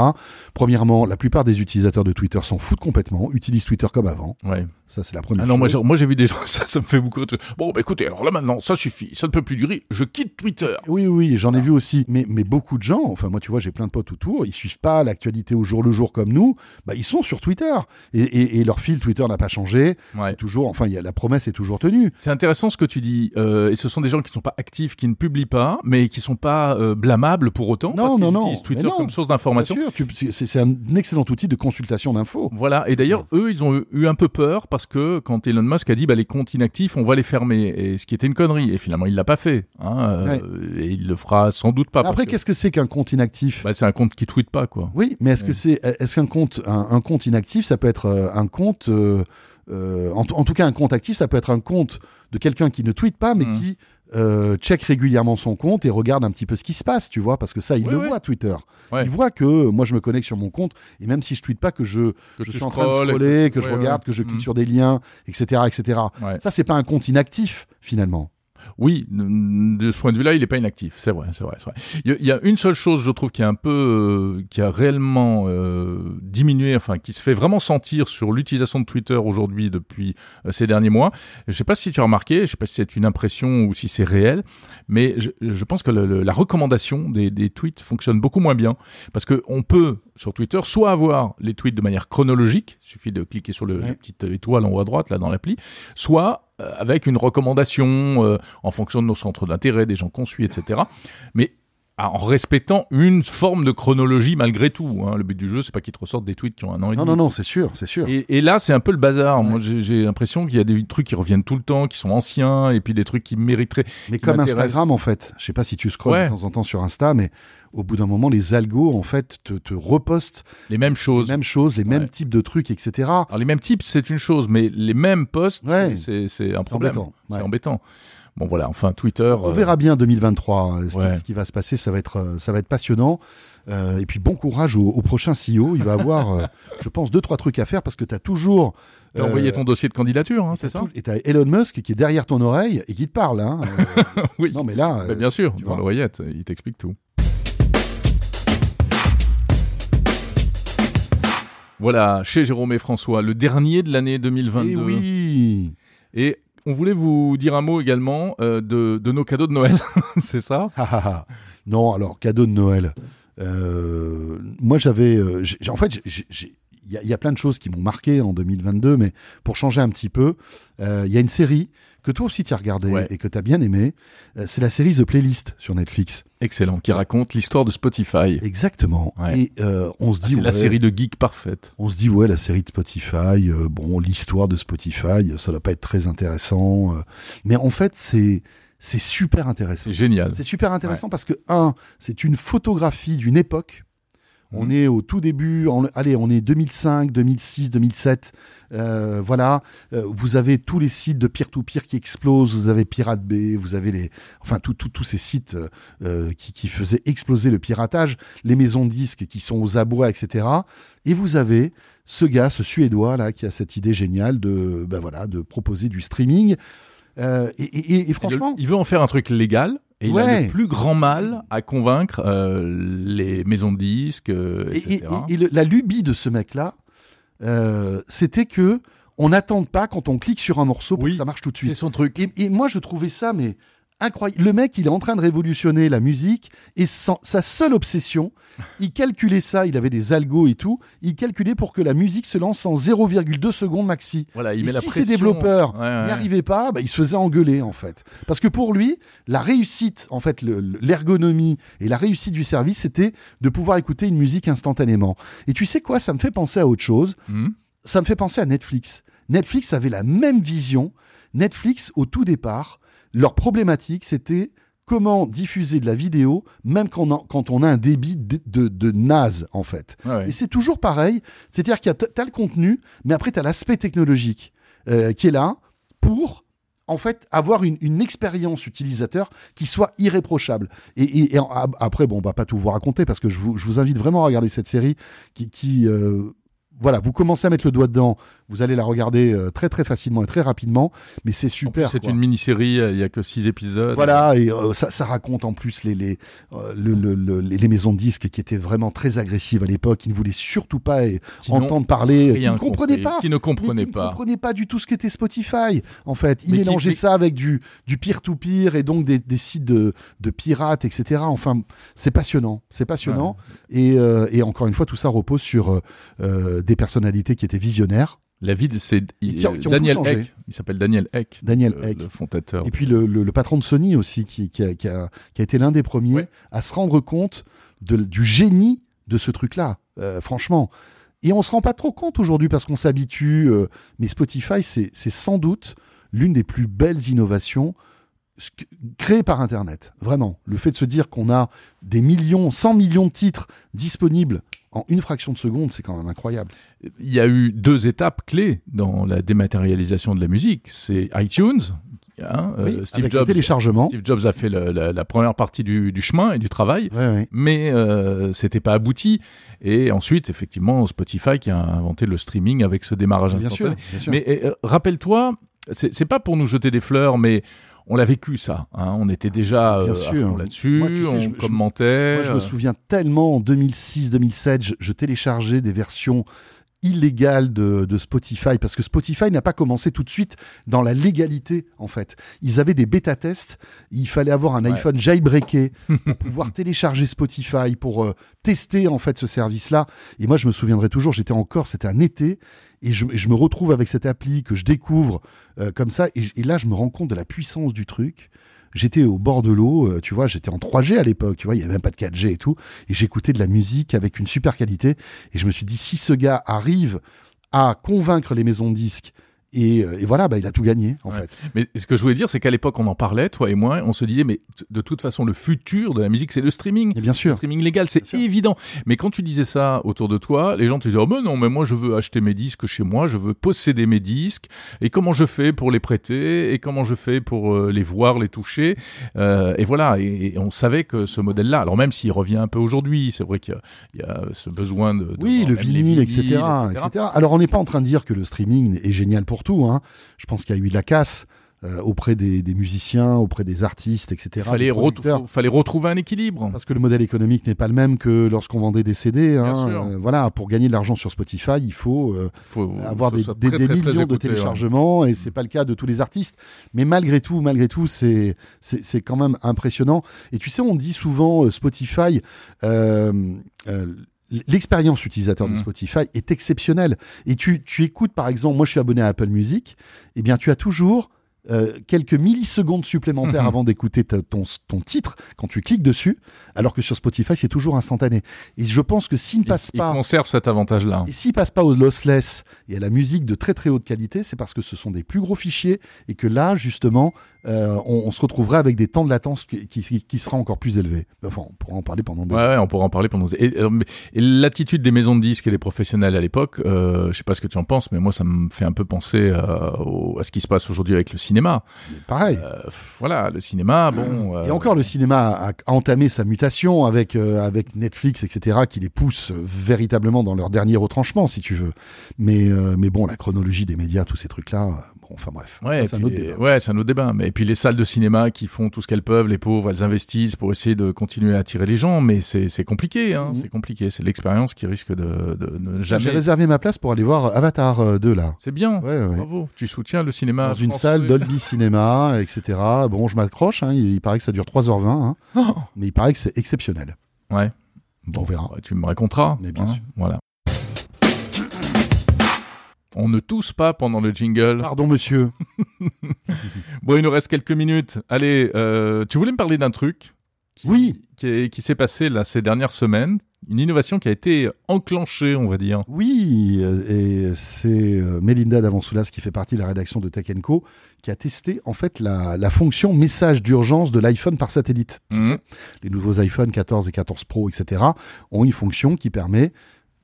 Speaker 5: Premièrement, la plupart des utilisateurs de Twitter s'en foutent complètement, utilisent Twitter comme avant.
Speaker 4: Ouais.
Speaker 5: Ça, c'est la première.
Speaker 4: Ah non, moi,
Speaker 5: chose.
Speaker 4: j'ai- moi, j'ai vu des gens. Ça, ça me fait beaucoup. de- Bon, bah, écoutez, alors là maintenant, ça suffit. Ça ne peut plus durer. Je quitte Twitter.
Speaker 5: Oui, oui, j'en ai vu aussi. Mais, mais beaucoup de gens, enfin moi tu vois, j'ai plein de potes autour, ils suivent pas l'actualité au jour le jour comme nous, bah, ils sont sur Twitter. Et, et- et leur fil Twitter n'a pas changé.
Speaker 4: Ouais.
Speaker 5: C'est Toujours, enfin il y a, la promesse est toujours tenue.
Speaker 4: C'est intéressant ce que tu dis. euh, et ce sont des gens qui ne sont pas actifs, qui ne publient pas, mais qui ne sont pas euh, blâmables pour autant.
Speaker 5: Non,
Speaker 4: parce qu'ils
Speaker 5: non, non,
Speaker 4: utilisent Twitter
Speaker 5: mais non.
Speaker 4: comme source
Speaker 5: Bien
Speaker 4: d'information.
Speaker 5: sûr, tu- c'est- c'est c'est un excellent outil de consultation d'infos.
Speaker 4: Voilà. Et d'ailleurs, eux, ils ont eu- eu un peu peur parce que quand Elon Musk a dit bah, les comptes inactifs, on va les fermer. Et ce qui était une connerie. Et finalement, il l'a pas fait. hein, euh, Et il le fera sans doute pas.
Speaker 5: Après,
Speaker 4: Ah, parce que-
Speaker 5: qu'est-ce que c'est qu'un compte inactif
Speaker 4: bah, C'est un compte qui tweete pas, quoi.
Speaker 5: Oui, mais est-ce que
Speaker 4: Ouais.
Speaker 5: c'est est-ce qu'un compte un, un compte inactif, ça peut être euh, un compte euh, euh, en, t- en tout cas un compte actif, ça peut être un compte de quelqu'un qui ne tweete pas mais
Speaker 4: Mhm.
Speaker 5: qui euh, check régulièrement son compte et regarde un petit peu ce qui se passe, tu vois, parce que ça, il
Speaker 4: Oui,
Speaker 5: le
Speaker 4: oui.
Speaker 5: voit Twitter.
Speaker 4: Ouais.
Speaker 5: Il voit que euh, moi, je me connecte sur mon compte et même si je tweete pas, que je,
Speaker 4: Que
Speaker 5: je
Speaker 4: tu
Speaker 5: suis en train de
Speaker 4: scrolles et que-
Speaker 5: scroller, que je
Speaker 4: Ouais,
Speaker 5: regarde,
Speaker 4: ouais.
Speaker 5: que je clique
Speaker 4: Mhm.
Speaker 5: sur des liens, etc., etc.
Speaker 4: Ouais.
Speaker 5: Ça, c'est pas un compte inactif finalement.
Speaker 4: Oui, n- de ce point de vue-là, il n'est pas inactif. C'est vrai, c'est vrai, c'est vrai. Il y a- il y, a une seule chose, je trouve, qui est un peu, euh, qui a réellement euh, diminué, enfin, qui se fait vraiment sentir sur l'utilisation de Twitter aujourd'hui depuis euh, ces derniers mois. Je ne sais pas si tu as remarqué, je ne sais pas si c'est une impression ou si c'est réel, mais je, je pense que le- le- la recommandation des, des tweets fonctionne beaucoup moins bien parce que on peut sur Twitter soit avoir les tweets de manière chronologique, suffit de cliquer sur le,
Speaker 5: Ouais.
Speaker 4: la petite étoile en haut à droite là dans l'appli, soit euh, avec une recommandation euh, en fonction de nos centres d'intérêt, des gens qu'on suit, etc. Mais ah, en respectant une forme de chronologie malgré tout. hein. Le but du jeu, c'est pas qu'ils te ressortent des tweets qui ont un an et
Speaker 5: Non,
Speaker 4: demi.
Speaker 5: non, non, c'est sûr, c'est sûr.
Speaker 4: Et, et là, c'est un peu le bazar. Moi, j'ai j'ai l'impression qu'il y a des trucs qui reviennent tout le temps, qui sont anciens, et puis des trucs qui mériteraient.
Speaker 5: Mais
Speaker 4: qui
Speaker 5: comme
Speaker 4: m'intéresse.
Speaker 5: Instagram, en fait, je sais pas si tu scrolles
Speaker 4: Ouais.
Speaker 5: de temps en temps sur Insta, mais au bout d'un moment, les algos, en fait, te, te repostent
Speaker 4: Les mêmes
Speaker 5: les
Speaker 4: choses.
Speaker 5: mêmes choses, les mêmes
Speaker 4: Ouais.
Speaker 5: types de trucs, etc.
Speaker 4: Alors, les mêmes types, c'est une chose, mais les mêmes posts,
Speaker 5: Ouais.
Speaker 4: c'est- c'est c'est un
Speaker 5: C'est
Speaker 4: problème.
Speaker 5: embêtant. ouais.
Speaker 4: C'est embêtant. Bon, voilà, enfin, Twitter.
Speaker 5: On
Speaker 4: euh,
Speaker 5: verra bien 2023 euh, ce qui-
Speaker 4: ouais.
Speaker 5: ce qui va se passer, ça va être, euh, ça va être passionnant. Euh, et puis bon courage au, au prochain CEO, il va avoir, euh, je pense, deux trois trucs à faire parce que tu as toujours
Speaker 4: T'as envoyé
Speaker 5: euh,
Speaker 4: ton dossier de candidature, hein,
Speaker 5: t'as
Speaker 4: c'est ça
Speaker 5: tout- et t'as Elon Musk qui est derrière ton oreille et qui te parle. hein. Euh,
Speaker 4: Oui.
Speaker 5: non mais là,
Speaker 4: Bah,
Speaker 5: euh,
Speaker 4: bien sûr,
Speaker 5: tu
Speaker 4: dans
Speaker 5: vois.
Speaker 4: l'oreillette, euh, il t'explique tout. Voilà, chez Jérôme et François, le dernier de l'année
Speaker 5: eh
Speaker 4: 2022.
Speaker 5: oui,
Speaker 4: Et on voulait vous dire un mot également euh, de, de nos cadeaux de Noël, c'est ça
Speaker 5: Ah, ah, ah. non, alors cadeau de Noël. Euh, moi, j'avais, euh, j'ai- j'ai- en fait, j'ai- j'ai- j'ai- il y, a- il y a plein de choses qui m'ont marqué en 2022, mais pour changer un petit peu, euh, il y a une série que toi aussi tu as regardée
Speaker 4: Ouais.
Speaker 5: et que tu as bien aimée. Euh, c'est la série The Playlist sur Netflix.
Speaker 4: Excellent, qui raconte l'histoire de Spotify.
Speaker 5: Exactement.
Speaker 4: Ouais.
Speaker 5: Et euh, on se
Speaker 4: Ah,
Speaker 5: dit,
Speaker 4: c'est Ah, la
Speaker 5: ouais,
Speaker 4: série de geeks parfaite.
Speaker 5: on se dit ouais, la série de Spotify, euh, bon, l'histoire de Spotify, ça doit pas être très intéressant. euh. mais en fait, c'est c'est super intéressant.
Speaker 4: C'est génial.
Speaker 5: C'est super intéressant parce que, un, c'est une photographie d'une époque.
Speaker 4: Mmh.
Speaker 5: On est au tout début, en- allez, on est 2005, 2006, 2007. euh, voilà, Euh, vous avez tous les sites de peer-to-peer qui explosent, vous avez Pirate Bay, vous avez les, enfin tout- tout- tous ces sites euh, euh, qui, qui faisaient exploser le piratage, les maisons de disques qui sont aux abois, etc. Et vous avez ce gars, ce Suédois là, qui a cette idée géniale de, ben voilà, de proposer du streaming. Euh, et, et- et- et
Speaker 4: Et le-
Speaker 5: franchement,
Speaker 4: il veut en faire un truc légal. Et il a
Speaker 5: Ouais.
Speaker 4: le plus grand mal à convaincre euh, les maisons de disques, euh,
Speaker 5: Et,
Speaker 4: etc.
Speaker 5: et- et- et le- la lubie de ce mec-là, euh, c'était que on n'attende pas quand on clique sur un morceau pour
Speaker 4: Oui,
Speaker 5: que ça marche tout de
Speaker 4: C'est
Speaker 5: suite.
Speaker 4: son truc.
Speaker 5: Et, et moi, je trouvais ça, mais incroyable. Le mec, il est en train de révolutionner la musique et sans- sa seule obsession, il calculait ça. Il avait des algos et tout. Il calculait pour que la musique se lance en 0,2 secondes maxi.
Speaker 4: Voilà, il
Speaker 5: Et
Speaker 4: met la
Speaker 5: si
Speaker 4: pression.
Speaker 5: ces développeurs
Speaker 4: Ouais,
Speaker 5: n'y
Speaker 4: ouais.
Speaker 5: arrivaient pas, bah, ils se faisaient engueuler en fait. Parce que pour lui, la réussite, en fait, le- le- l'ergonomie et la réussite du service, c'était de pouvoir écouter une musique instantanément. Et tu sais quoi, ça me fait penser à autre chose.
Speaker 4: Hmm.
Speaker 5: Ça me fait penser à Netflix. Netflix avait la même vision. Netflix, au tout départ, leur problématique, c'était comment diffuser de la vidéo, même quand on a, quand on a un débit de, de- de naze en fait.
Speaker 4: Ouais, ouais.
Speaker 5: Et c'est toujours pareil. C'est-à-dire qu'il y a t- t'as le contenu, mais après, tu as l'aspect technologique euh, qui est là pour, en fait, avoir une, une expérience utilisateur qui soit irréprochable. Et, et- et en- ab- après, bon, on va pas tout vous raconter parce que je vous, je vous invite vraiment à regarder cette série qui. qui, euh, voilà, vous commencez à mettre le doigt dedans, vous allez la regarder euh, très très facilement et très rapidement, mais c'est
Speaker 4: En plus,
Speaker 5: super.
Speaker 4: C'est
Speaker 5: quoi.
Speaker 4: une mini-série, euh, il y a que six épisodes.
Speaker 5: Voilà, et euh, ça, ça raconte en plus les, les, euh, le- le- le- les les maisons de disques qui étaient vraiment très agressives à l'époque, qui ne voulaient surtout pas euh,
Speaker 4: Qui n'ont
Speaker 5: entendre parler, euh, qui
Speaker 4: rien
Speaker 5: ne comprenaient
Speaker 4: compris,
Speaker 5: pas.
Speaker 4: Qui ne
Speaker 5: mais
Speaker 4: comprenaient
Speaker 5: qui ne
Speaker 4: pas.
Speaker 5: comprenaient pas du tout ce qu'était Spotify, en fait. Ils
Speaker 4: Mais qui-
Speaker 5: mélangeaient
Speaker 4: mais-
Speaker 5: ça avec du, du peer-to-peer et donc des, des sites de, de pirates, etc. Enfin, c'est passionnant. C'est passionnant. Et, euh, et encore une fois, tout ça repose sur euh, euh, des personnalités qui étaient visionnaires.
Speaker 4: La vie de c'est
Speaker 5: Et qui ont- qui ont
Speaker 4: Daniel
Speaker 5: tout changé.
Speaker 4: Eck. Il s'appelle Daniel Eck.
Speaker 5: Daniel
Speaker 4: le,
Speaker 5: Eck.
Speaker 4: Euh, le fondateur.
Speaker 5: Et puis le, le- le patron de Sony aussi, qui, qui a, qui a- qui a été l'un des premiers
Speaker 4: Ouais.
Speaker 5: à se rendre compte de- du génie de ce truc-là, euh, franchement. Et on se rend pas trop compte aujourd'hui parce qu'on s'habitue, euh, mais Spotify, c'est c'est sans doute l'une des plus belles innovations ce que- créées par Internet, vraiment. Le fait de se dire qu'on a des millions, 100 millions de titres disponibles en une fraction de seconde, c'est quand même incroyable.
Speaker 4: il y a eu deux étapes clés dans la dématérialisation de la musique. C'est iTunes. hein, euh,
Speaker 5: Oui,
Speaker 4: Steve,
Speaker 5: avec le
Speaker 4: Jobs,
Speaker 5: téléchargement.
Speaker 4: Steve Jobs a fait le- la, la première partie du, du chemin et du travail.
Speaker 5: Ouais, ouais.
Speaker 4: Mais euh, c'était pas abouti. Et ensuite, effectivement, Spotify qui a inventé le streaming avec ce démarrage
Speaker 5: Bien
Speaker 4: instantané.
Speaker 5: sûr, bien sûr.
Speaker 4: Mais euh, rappelle-toi, c'est c'est pas pour nous jeter des fleurs, mais on l'a vécu ça. hein. On était déjà
Speaker 5: Bien
Speaker 4: euh, à
Speaker 5: sûr.
Speaker 4: fond là-dessus,
Speaker 5: Moi, tu sais,
Speaker 4: on
Speaker 5: je- je-
Speaker 4: commentait. euh,
Speaker 5: Moi, je me souviens tellement en 2006-2007, je, je téléchargeais des versions illégales de, de Spotify parce que Spotify n'a pas commencé tout de suite dans la légalité en fait. Ils avaient des bêta tests, il fallait avoir un
Speaker 4: Ouais.
Speaker 5: iPhone jailbreaké pour pouvoir télécharger Spotify pour euh, tester en fait ce service là. Et moi je me souviendrai toujours, j'étais encore, c'était un été et je, et je me retrouve avec cette appli que je découvre euh, comme ça et, j- et là je me rends compte de la puissance du truc. J'étais au bord de l'eau, euh, tu vois, j'étais en 3G à l'époque, tu vois, il y avait même pas de 4G et tout et j'écoutais de la musique avec une super qualité et je me suis dit si ce gars arrive à convaincre les maisons de disques et, euh, et voilà, bah, il a tout gagné en
Speaker 4: Ouais.
Speaker 5: fait.
Speaker 4: Mais ce que je voulais dire, c'est qu'à l'époque, on en parlait, toi et moi, on se disait, mais t- de toute façon, le futur de la musique, c'est le streaming.
Speaker 5: Et bien
Speaker 4: Le
Speaker 5: sûr.
Speaker 4: streaming légal,
Speaker 5: Bien
Speaker 4: c'est
Speaker 5: sûr.
Speaker 4: évident. Mais quand tu disais ça autour de toi, les gens te disaient, oh, mais non, mais moi, je veux acheter mes disques chez moi, je veux posséder mes disques, et comment je fais pour les prêter, et comment je fais pour euh, les voir, les toucher. Euh, et voilà, et, et on savait que ce modèle-là, alors même s'il revient un peu aujourd'hui, c'est vrai qu'il y a- il y, a ce besoin de... de
Speaker 5: Oui,
Speaker 4: voir
Speaker 5: le
Speaker 4: même les
Speaker 5: vinyle, etc.,
Speaker 4: vinyles,
Speaker 5: etc.. Alors, on n'est pas en train de dire que le streaming est génial pour tout. hein. Je pense qu'il y a eu de la casse euh, auprès des, des musiciens, auprès des artistes, etc.
Speaker 4: Il fallait,
Speaker 5: des
Speaker 4: retrou-
Speaker 5: producteurs.
Speaker 4: fallait retrouver un équilibre.
Speaker 5: Parce que le modèle économique n'est pas le même que lorsqu'on vendait des CD. hein.
Speaker 4: Bien sûr.
Speaker 5: Euh, voilà, pour gagner de l'argent sur Spotify, il faut euh,
Speaker 4: Faut
Speaker 5: avoir
Speaker 4: que
Speaker 5: des,
Speaker 4: ce soit
Speaker 5: des-
Speaker 4: très,
Speaker 5: des
Speaker 4: très, très
Speaker 5: millions de
Speaker 4: écouté, hein. ouais.
Speaker 5: téléchargements et c'est pas le cas de tous les artistes. Mais malgré tout, malgré tout, c'est c'est c'est quand même impressionnant. Et tu sais, on dit souvent euh, Spotify. euh, euh, L'expérience utilisateur de
Speaker 4: Mhm.
Speaker 5: Spotify est exceptionnelle. Et eh tu, tu écoutes, par exemple, moi je suis abonné à Apple Music, et bien tu as toujours euh, quelques millisecondes supplémentaires
Speaker 4: Mhm.
Speaker 5: avant d'écouter ta- ton, ton titre quand tu cliques dessus, alors que sur Spotify, c'est toujours instantané. Et je pense que s'il ne
Speaker 4: Il-
Speaker 5: passe
Speaker 4: il,
Speaker 5: pas.
Speaker 4: conserve cet avantage-là. hein.
Speaker 5: Et s'il passe pas au lossless et à la musique de très très haute qualité, c'est parce que ce sont des plus gros fichiers et que là, justement, euh, on, on se retrouverait avec des temps de latence qui, qui, qui sera encore plus élevés. Enfin, on pourra en parler pendant des
Speaker 4: Ouais, ouais, on pourra en parler pendant. Et, euh, mais- et l'attitude des maisons de disques et des professionnels à l'époque, euh, je sais pas ce que tu en penses, mais moi ça me fait un peu penser euh, au- à ce qui se passe aujourd'hui avec le cinéma.
Speaker 5: Pareil.
Speaker 4: Euh, pff, voilà, le cinéma, bon. euh,
Speaker 5: Et encore, le cinéma a, a entamé sa mutation avec, euh, avec Netflix, etc., qui les pousse euh, véritablement dans leur dernier retranchement, si tu veux. Mais, euh, mais bon, la chronologie des médias, tous ces trucs-là, euh, bon, enfin bref,
Speaker 4: Ouais,
Speaker 5: Ça,
Speaker 4: et
Speaker 5: c'est un
Speaker 4: puis euh,
Speaker 5: autre
Speaker 4: les-
Speaker 5: débat.
Speaker 4: ouais, c'est un autre débat. Mais et puis les salles de cinéma qui font tout ce qu'elles peuvent, les pauvres, elles investissent pour essayer de continuer à attirer les gens, mais c'est c'est compliqué, hein,
Speaker 5: Mhm.
Speaker 4: c'est compliqué. C'est l'expérience qui risque de, de ne
Speaker 5: J'ai
Speaker 4: jamais.
Speaker 5: réservé ma place pour aller voir Avatar euh, 2, là.
Speaker 4: C'est bien.
Speaker 5: Ouais, ouais.
Speaker 4: Bravo, tu soutiens le cinéma
Speaker 5: Dans une
Speaker 4: français.
Speaker 5: salle Dolby Cinéma, etc. Bon, je m'accroche, hein, il, il paraît que ça dure 3h20, hein,
Speaker 4: Oh
Speaker 5: mais il paraît que c'est exceptionnel.
Speaker 4: Ouais.
Speaker 5: On verra.
Speaker 4: bah, tu me raconteras. hein.
Speaker 5: Mais bien sûr.
Speaker 4: Voilà. On ne tousse pas pendant le jingle.
Speaker 5: Pardon, monsieur.
Speaker 4: Bon, il nous reste quelques minutes. Allez, euh, tu voulais me parler d'un truc qui,
Speaker 5: Oui.
Speaker 4: qui, est- qui s'est passé là ces dernières semaines. Une innovation qui a été enclenchée, on va dire.
Speaker 5: Oui, euh, et c'est euh, Melinda Davonsoulas qui fait partie de la rédaction de Tech Co qui a testé en fait la, la fonction message d'urgence de l'iPhone par satellite. Tu
Speaker 4: Mhm.
Speaker 5: sais, Les nouveaux iPhone 14 et 14 Pro, etc. ont une fonction qui permet,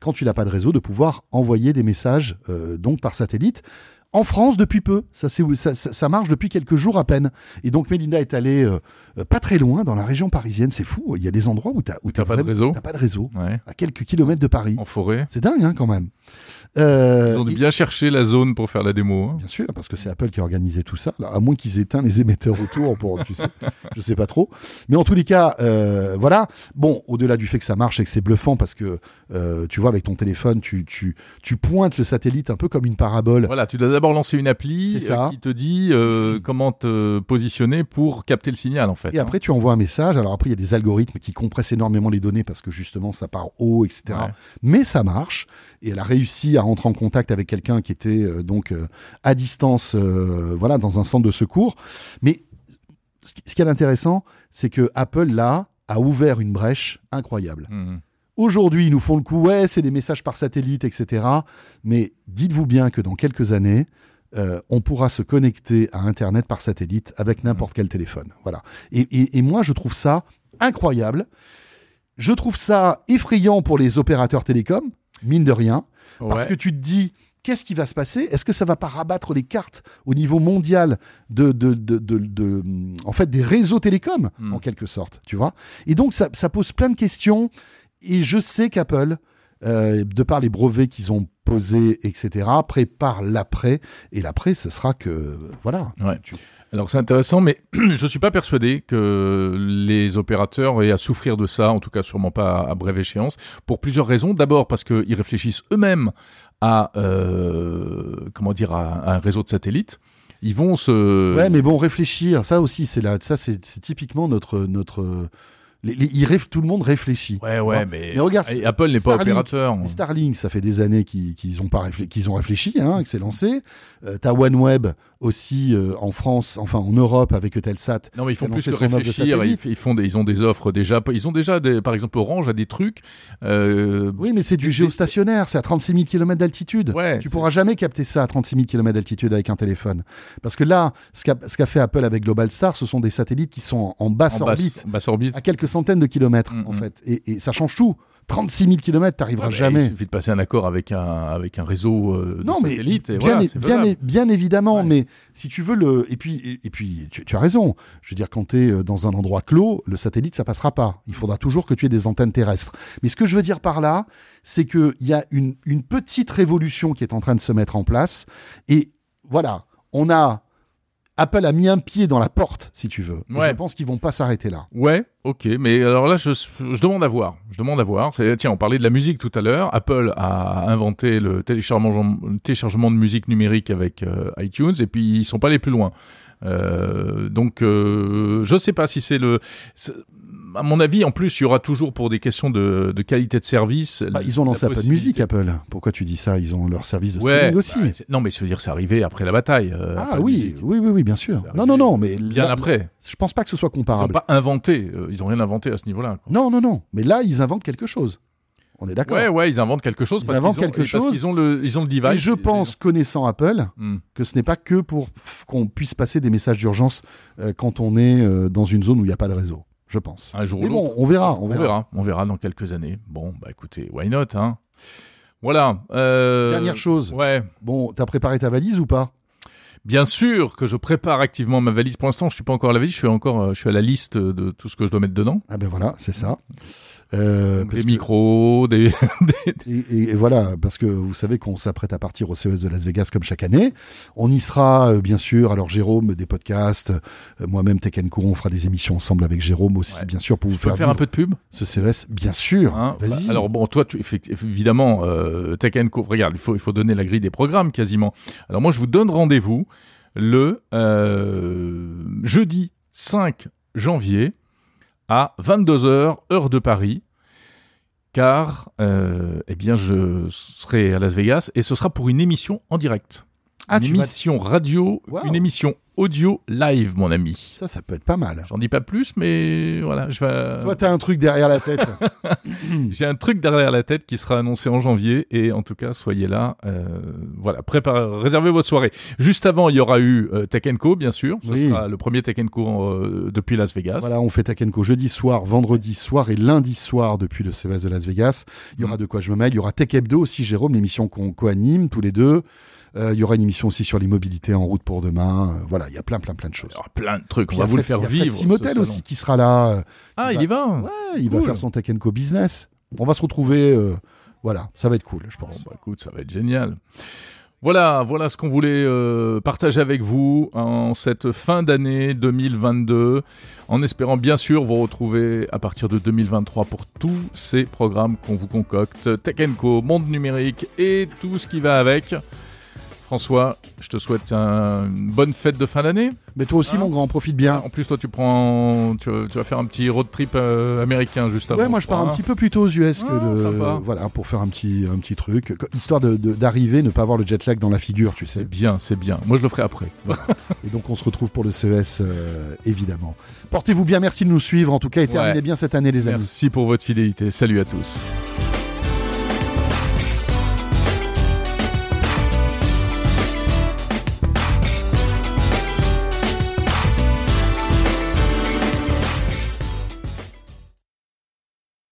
Speaker 5: quand tu n'as pas de réseau, de pouvoir envoyer des messages euh, donc par satellite. En France, depuis peu, ça, c'est- ça, ça- ça marche depuis quelques jours à peine. Et donc Melinda est allée euh, euh, pas très loin, dans la région parisienne. C'est fou. Il y a des endroits où tu
Speaker 4: t'as pas de réseau.
Speaker 5: T'as pas de réseau.
Speaker 4: Mmh. Ouais.
Speaker 5: À quelques kilomètres de Paris.
Speaker 4: En forêt.
Speaker 5: C'est dingue, hein, quand même. Euh,
Speaker 4: Ils ont dû
Speaker 5: et-
Speaker 4: bien chercher la zone pour faire la démo. hein.
Speaker 5: Bien sûr, parce que c'est Apple qui a organisé tout ça. Alors, à moins qu'ils éteignent les émetteurs autour, pour, tu sais, je sais pas trop. Mais en tous les cas, euh, voilà. Bon, au-delà du fait que ça marche et que c'est bluffant, parce que euh, tu vois, avec ton téléphone, tu, tu, tu pointes le satellite un peu comme une parabole.
Speaker 4: Voilà, tu dois d'abord lancer une appli
Speaker 5: C'est ça.
Speaker 4: euh, qui te dit euh, comment te positionner pour capter le signal, en fait.
Speaker 5: Et
Speaker 4: hein.
Speaker 5: après, tu envoies un message. Alors après, il y a des algorithmes qui compressent énormément les données parce que justement, ça part haut, etc.
Speaker 4: Ouais.
Speaker 5: Mais ça marche. Et elle a réussi à rentrer en contact avec quelqu'un qui était euh, donc euh, à distance, euh, voilà, dans un centre de secours. Mais ce qui ce qui est intéressant, c'est que Apple là a ouvert une brèche incroyable.
Speaker 4: Mhm.
Speaker 5: Aujourd'hui, ils nous font le coup, ouais, c'est des messages par satellite, etc. Mais dites-vous bien que dans quelques années, euh, on pourra se connecter à Internet par satellite avec n'importe quel téléphone. Voilà. Et, et- et moi, je trouve ça incroyable. Je trouve ça effrayant pour les opérateurs télécoms, mine de rien, parce
Speaker 4: Ouais.
Speaker 5: que tu te dis. Qu'est-ce qui va se passer Est-ce que ça va pas rabattre les cartes au niveau mondial de, de, de, de- de- en fait des réseaux télécoms
Speaker 4: Hmm.
Speaker 5: en quelque sorte, tu vois Et donc ça, ça pose plein de questions et je sais qu'Apple, euh, de par les brevets qu'ils ont posés, etc., prépare l'après. Et l'après, ce sera que. Voilà.
Speaker 4: Ouais.
Speaker 5: Tu-
Speaker 4: Alors c'est intéressant, mais je suis pas persuadé que les opérateurs aient à souffrir de ça, en tout cas sûrement pas à, à brève échéance, pour plusieurs raisons. D'abord parce qu'ils réfléchissent eux-mêmes à euh, comment dire à, à un réseau de satellites. Ils vont se
Speaker 5: Ouais, mais bon, réfléchir, ça aussi, c'est là. Ça, c'est c'est typiquement notre. notre les- les- ils réf- tout le monde réfléchit.
Speaker 4: ouais, ouais, mais,
Speaker 5: Mais regarde,
Speaker 4: Et Apple n'est pas
Speaker 5: Starlink,
Speaker 4: opérateur.
Speaker 5: Les Starlink, ça fait des années qu'ils qu'ils ont, pas réflé- qu'ils ont réfléchi, hein, que c'est lancé. Euh, T'as OneWeb aussi euh, en France, enfin en Europe avec Eutelsat.
Speaker 4: Non, mais ils font
Speaker 5: qui a
Speaker 4: plus que
Speaker 5: lancé son offre de
Speaker 4: réfléchir. Ils,
Speaker 5: satellite.
Speaker 4: ils font des, ils ont des offres déjà. Ils ont déjà, des, par exemple, Orange a des trucs. euh,
Speaker 5: Oui, mais c'est du géostationnaire, c'est à 36 000 km d'altitude.
Speaker 4: Ouais,
Speaker 5: tu
Speaker 4: c'est-
Speaker 5: pourras jamais capter ça à 36 000 km d'altitude avec un téléphone. Parce que là, ce qu'a ce qu'a fait Apple avec Global Star, ce sont des satellites qui sont en, en
Speaker 4: en
Speaker 5: basse
Speaker 4: basse-
Speaker 5: orbite,
Speaker 4: basse orbite.
Speaker 5: à quelques centaines de kilomètres,
Speaker 4: Mm,
Speaker 5: en
Speaker 4: mm.
Speaker 5: fait. Et, et ça change tout. 36 000 km, t'arriveras
Speaker 4: Ouais, bah, Il
Speaker 5: jamais.
Speaker 4: suffit de passer un accord avec un, avec un réseau euh,
Speaker 5: Non,
Speaker 4: de
Speaker 5: mais
Speaker 4: satellites. et
Speaker 5: bien,
Speaker 4: voilà,
Speaker 5: é-
Speaker 4: c'est
Speaker 5: bien,
Speaker 4: faisable.
Speaker 5: é- bien évidemment,
Speaker 4: Ouais.
Speaker 5: mais si tu veux le. Et puis, et, et puis tu, tu as raison. Je veux dire, quand tu es dans un endroit clos, le satellite, ça passera pas. Il faudra toujours que tu aies des antennes terrestres. Mais ce que je veux dire par là, c'est qu'il y a une, une petite révolution qui est en train de se mettre en place. Et voilà, on a. Apple a mis un pied dans la porte, si tu veux. Et
Speaker 4: Ouais.
Speaker 5: Je pense qu'ils vont pas s'arrêter là.
Speaker 4: Ouais, ok, mais alors là, je, je demande à voir. Je demande à voir. C'est- Tiens, on parlait de la musique tout à l'heure. Apple a inventé le téléchargement, le téléchargement de musique numérique avec euh, iTunes, et puis ils sont pas allés plus loin. Euh, donc, euh, je sais pas si c'est le. c'est- à mon avis, en plus, il y aura toujours pour des questions de, de qualité de service.
Speaker 5: Bah,
Speaker 4: le-
Speaker 5: ils ont
Speaker 4: la
Speaker 5: lancé Apple
Speaker 4: possibilité-
Speaker 5: Music, Apple. Pourquoi tu dis ça Ils ont leur service de
Speaker 4: Ouais,
Speaker 5: streaming aussi.
Speaker 4: bah, c'est- non, mais je veux dire, c'est arrivé après la bataille. euh,
Speaker 5: ah
Speaker 4: Apple
Speaker 5: oui,
Speaker 4: Music.
Speaker 5: oui, oui, oui, bien sûr.
Speaker 4: C'est
Speaker 5: Non,
Speaker 4: arrivé
Speaker 5: non, non, mais
Speaker 4: Bien
Speaker 5: là-
Speaker 4: après.
Speaker 5: je pense pas que ce soit
Speaker 4: Ils n'ont
Speaker 5: comparable.
Speaker 4: pas inventé. euh, ils n'ont rien inventé à ce niveau-là. quoi.
Speaker 5: Non, non, non. Mais là, ils inventent quelque chose. On est d'accord.
Speaker 4: Ouais, ouais, ils inventent quelque chose.
Speaker 5: Ils
Speaker 4: parce
Speaker 5: inventent
Speaker 4: qu'ils ont- euh,
Speaker 5: quelque
Speaker 4: Parce
Speaker 5: chose.
Speaker 4: qu'ils ont le, ils ont le device.
Speaker 5: Et je
Speaker 4: ils- ils
Speaker 5: pense, connaissant Apple,
Speaker 4: ont- Hmm.
Speaker 5: que ce n'est pas que pour f- qu'on puisse passer des messages d'urgence euh, quand on est euh, dans une zone où il n'y a pas de réseau. Je pense.
Speaker 4: Un jour ou
Speaker 5: Mais
Speaker 4: Ah, l'autre.
Speaker 5: bon, on verra, on
Speaker 4: On
Speaker 5: verra.
Speaker 4: verra, on verra dans quelques années. Bon, bah écoutez, why not, hein Voilà. euh,
Speaker 5: Dernière chose.
Speaker 4: Ouais,
Speaker 5: Bon, t'as préparé ta valise ou pas
Speaker 4: bien sûr que je prépare activement ma valise. Pour l'instant, je suis pas encore à la valise, je suis encore, euh, je suis à la liste de tout ce que je dois mettre dedans.
Speaker 5: Ah ben voilà, c'est ça. Euh, parce
Speaker 4: des
Speaker 5: que-
Speaker 4: micros, des.
Speaker 5: Et, et- et voilà, parce que vous savez qu'on s'apprête à partir au CES de Las Vegas comme chaque année. On y sera, euh, bien sûr. Alors, Jérôme, des podcasts. euh, Moi-même, Tech Co, on fera des émissions ensemble avec Jérôme aussi,
Speaker 4: Ouais.
Speaker 5: bien sûr, pour vous
Speaker 4: Faut
Speaker 5: faire,
Speaker 4: faire un
Speaker 5: vivre
Speaker 4: peu de pub.
Speaker 5: ce CES. Bien sûr.
Speaker 4: hein.
Speaker 5: Vas-y.
Speaker 4: Bah, alors bon, toi, tu, effect- évidemment, euh, Tech Co. Regarde, il faut, il faut donner la grille des programmes quasiment. Alors moi, je vous donne rendez-vous le euh, jeudi 5 janvier à 22h heure de Paris. Car, euh, eh bien, je serai à Las Vegas et ce sera pour une émission en direct.
Speaker 5: ah,
Speaker 4: une
Speaker 5: tu vas-
Speaker 4: émission radio,
Speaker 5: Wow.
Speaker 4: une émission audio live, mon ami.
Speaker 5: Ça, ça peut être pas mal.
Speaker 4: J'en dis pas plus, mais voilà, je vais.
Speaker 5: Toi, t'as un truc derrière la tête.
Speaker 4: J'ai un truc derrière la tête qui sera annoncé en janvier et en tout cas soyez là. euh, voilà, préparez, réservez votre soirée. Juste avant, il y aura eu euh, Tech Co, bien sûr. Ce
Speaker 5: Oui.
Speaker 4: sera le premier Tech Co euh, depuis Las Vegas.
Speaker 5: voilà, on fait Takenko jeudi soir, vendredi soir et lundi soir depuis le CES de Las Vegas. Il y
Speaker 4: Mm.
Speaker 5: aura de quoi je me mêle. Il y aura Tech Hebdo aussi, Jérôme, l'émission qu'on co-anime tous les deux. Euh, il y aura une émission aussi sur l'immobilité en route pour demain. Euh, voilà, il y a plein, plein, plein de choses.
Speaker 4: Il y aura plein de trucs. On
Speaker 5: Puis
Speaker 4: va
Speaker 5: il y a
Speaker 4: vous le faire
Speaker 5: Fred- il y a Fred
Speaker 4: vivre. ce
Speaker 5: Simotel
Speaker 4: salon.
Speaker 5: aussi qui sera là. Euh,
Speaker 4: Ah, il
Speaker 5: va-
Speaker 4: y va.
Speaker 5: Ouais, il va
Speaker 4: Cool.
Speaker 5: faire son Tech Co business. On va se retrouver. euh, voilà, ça va être cool, je
Speaker 4: Bon,
Speaker 5: pense.
Speaker 4: bah, écoute, ça va être génial. Voilà, voilà ce qu'on voulait euh, partager avec vous en cette fin d'année 2022, en espérant bien sûr vous retrouver à partir de 2023 pour tous ces programmes qu'on vous concocte, Tech Co, Monde Numérique et tout ce qui va avec. François, je te souhaite un- une bonne fête de fin d'année.
Speaker 5: Mais toi aussi,
Speaker 4: Hein
Speaker 5: mon grand, profite bien.
Speaker 4: En plus, toi, tu prends, tu, tu vas faire un petit road trip euh, américain juste avant. hein.
Speaker 5: Ouais, moi je pars un
Speaker 4: crois,
Speaker 5: petit peu plus tôt aux US que
Speaker 4: Ah,
Speaker 5: le-
Speaker 4: sympa.
Speaker 5: voilà pour faire un petit un petit truc co- histoire de- de- d'arriver ne pas avoir le jet lag dans la figure, tu sais.
Speaker 4: C'est bien, c'est bien. Moi, je le ferai après.
Speaker 5: Et donc on se retrouve pour le CES euh, évidemment. Portez-vous bien, merci de nous suivre en tout cas et
Speaker 4: Ouais.
Speaker 5: terminez bien cette année les amis.
Speaker 4: Merci pour votre fidélité. Salut à tous.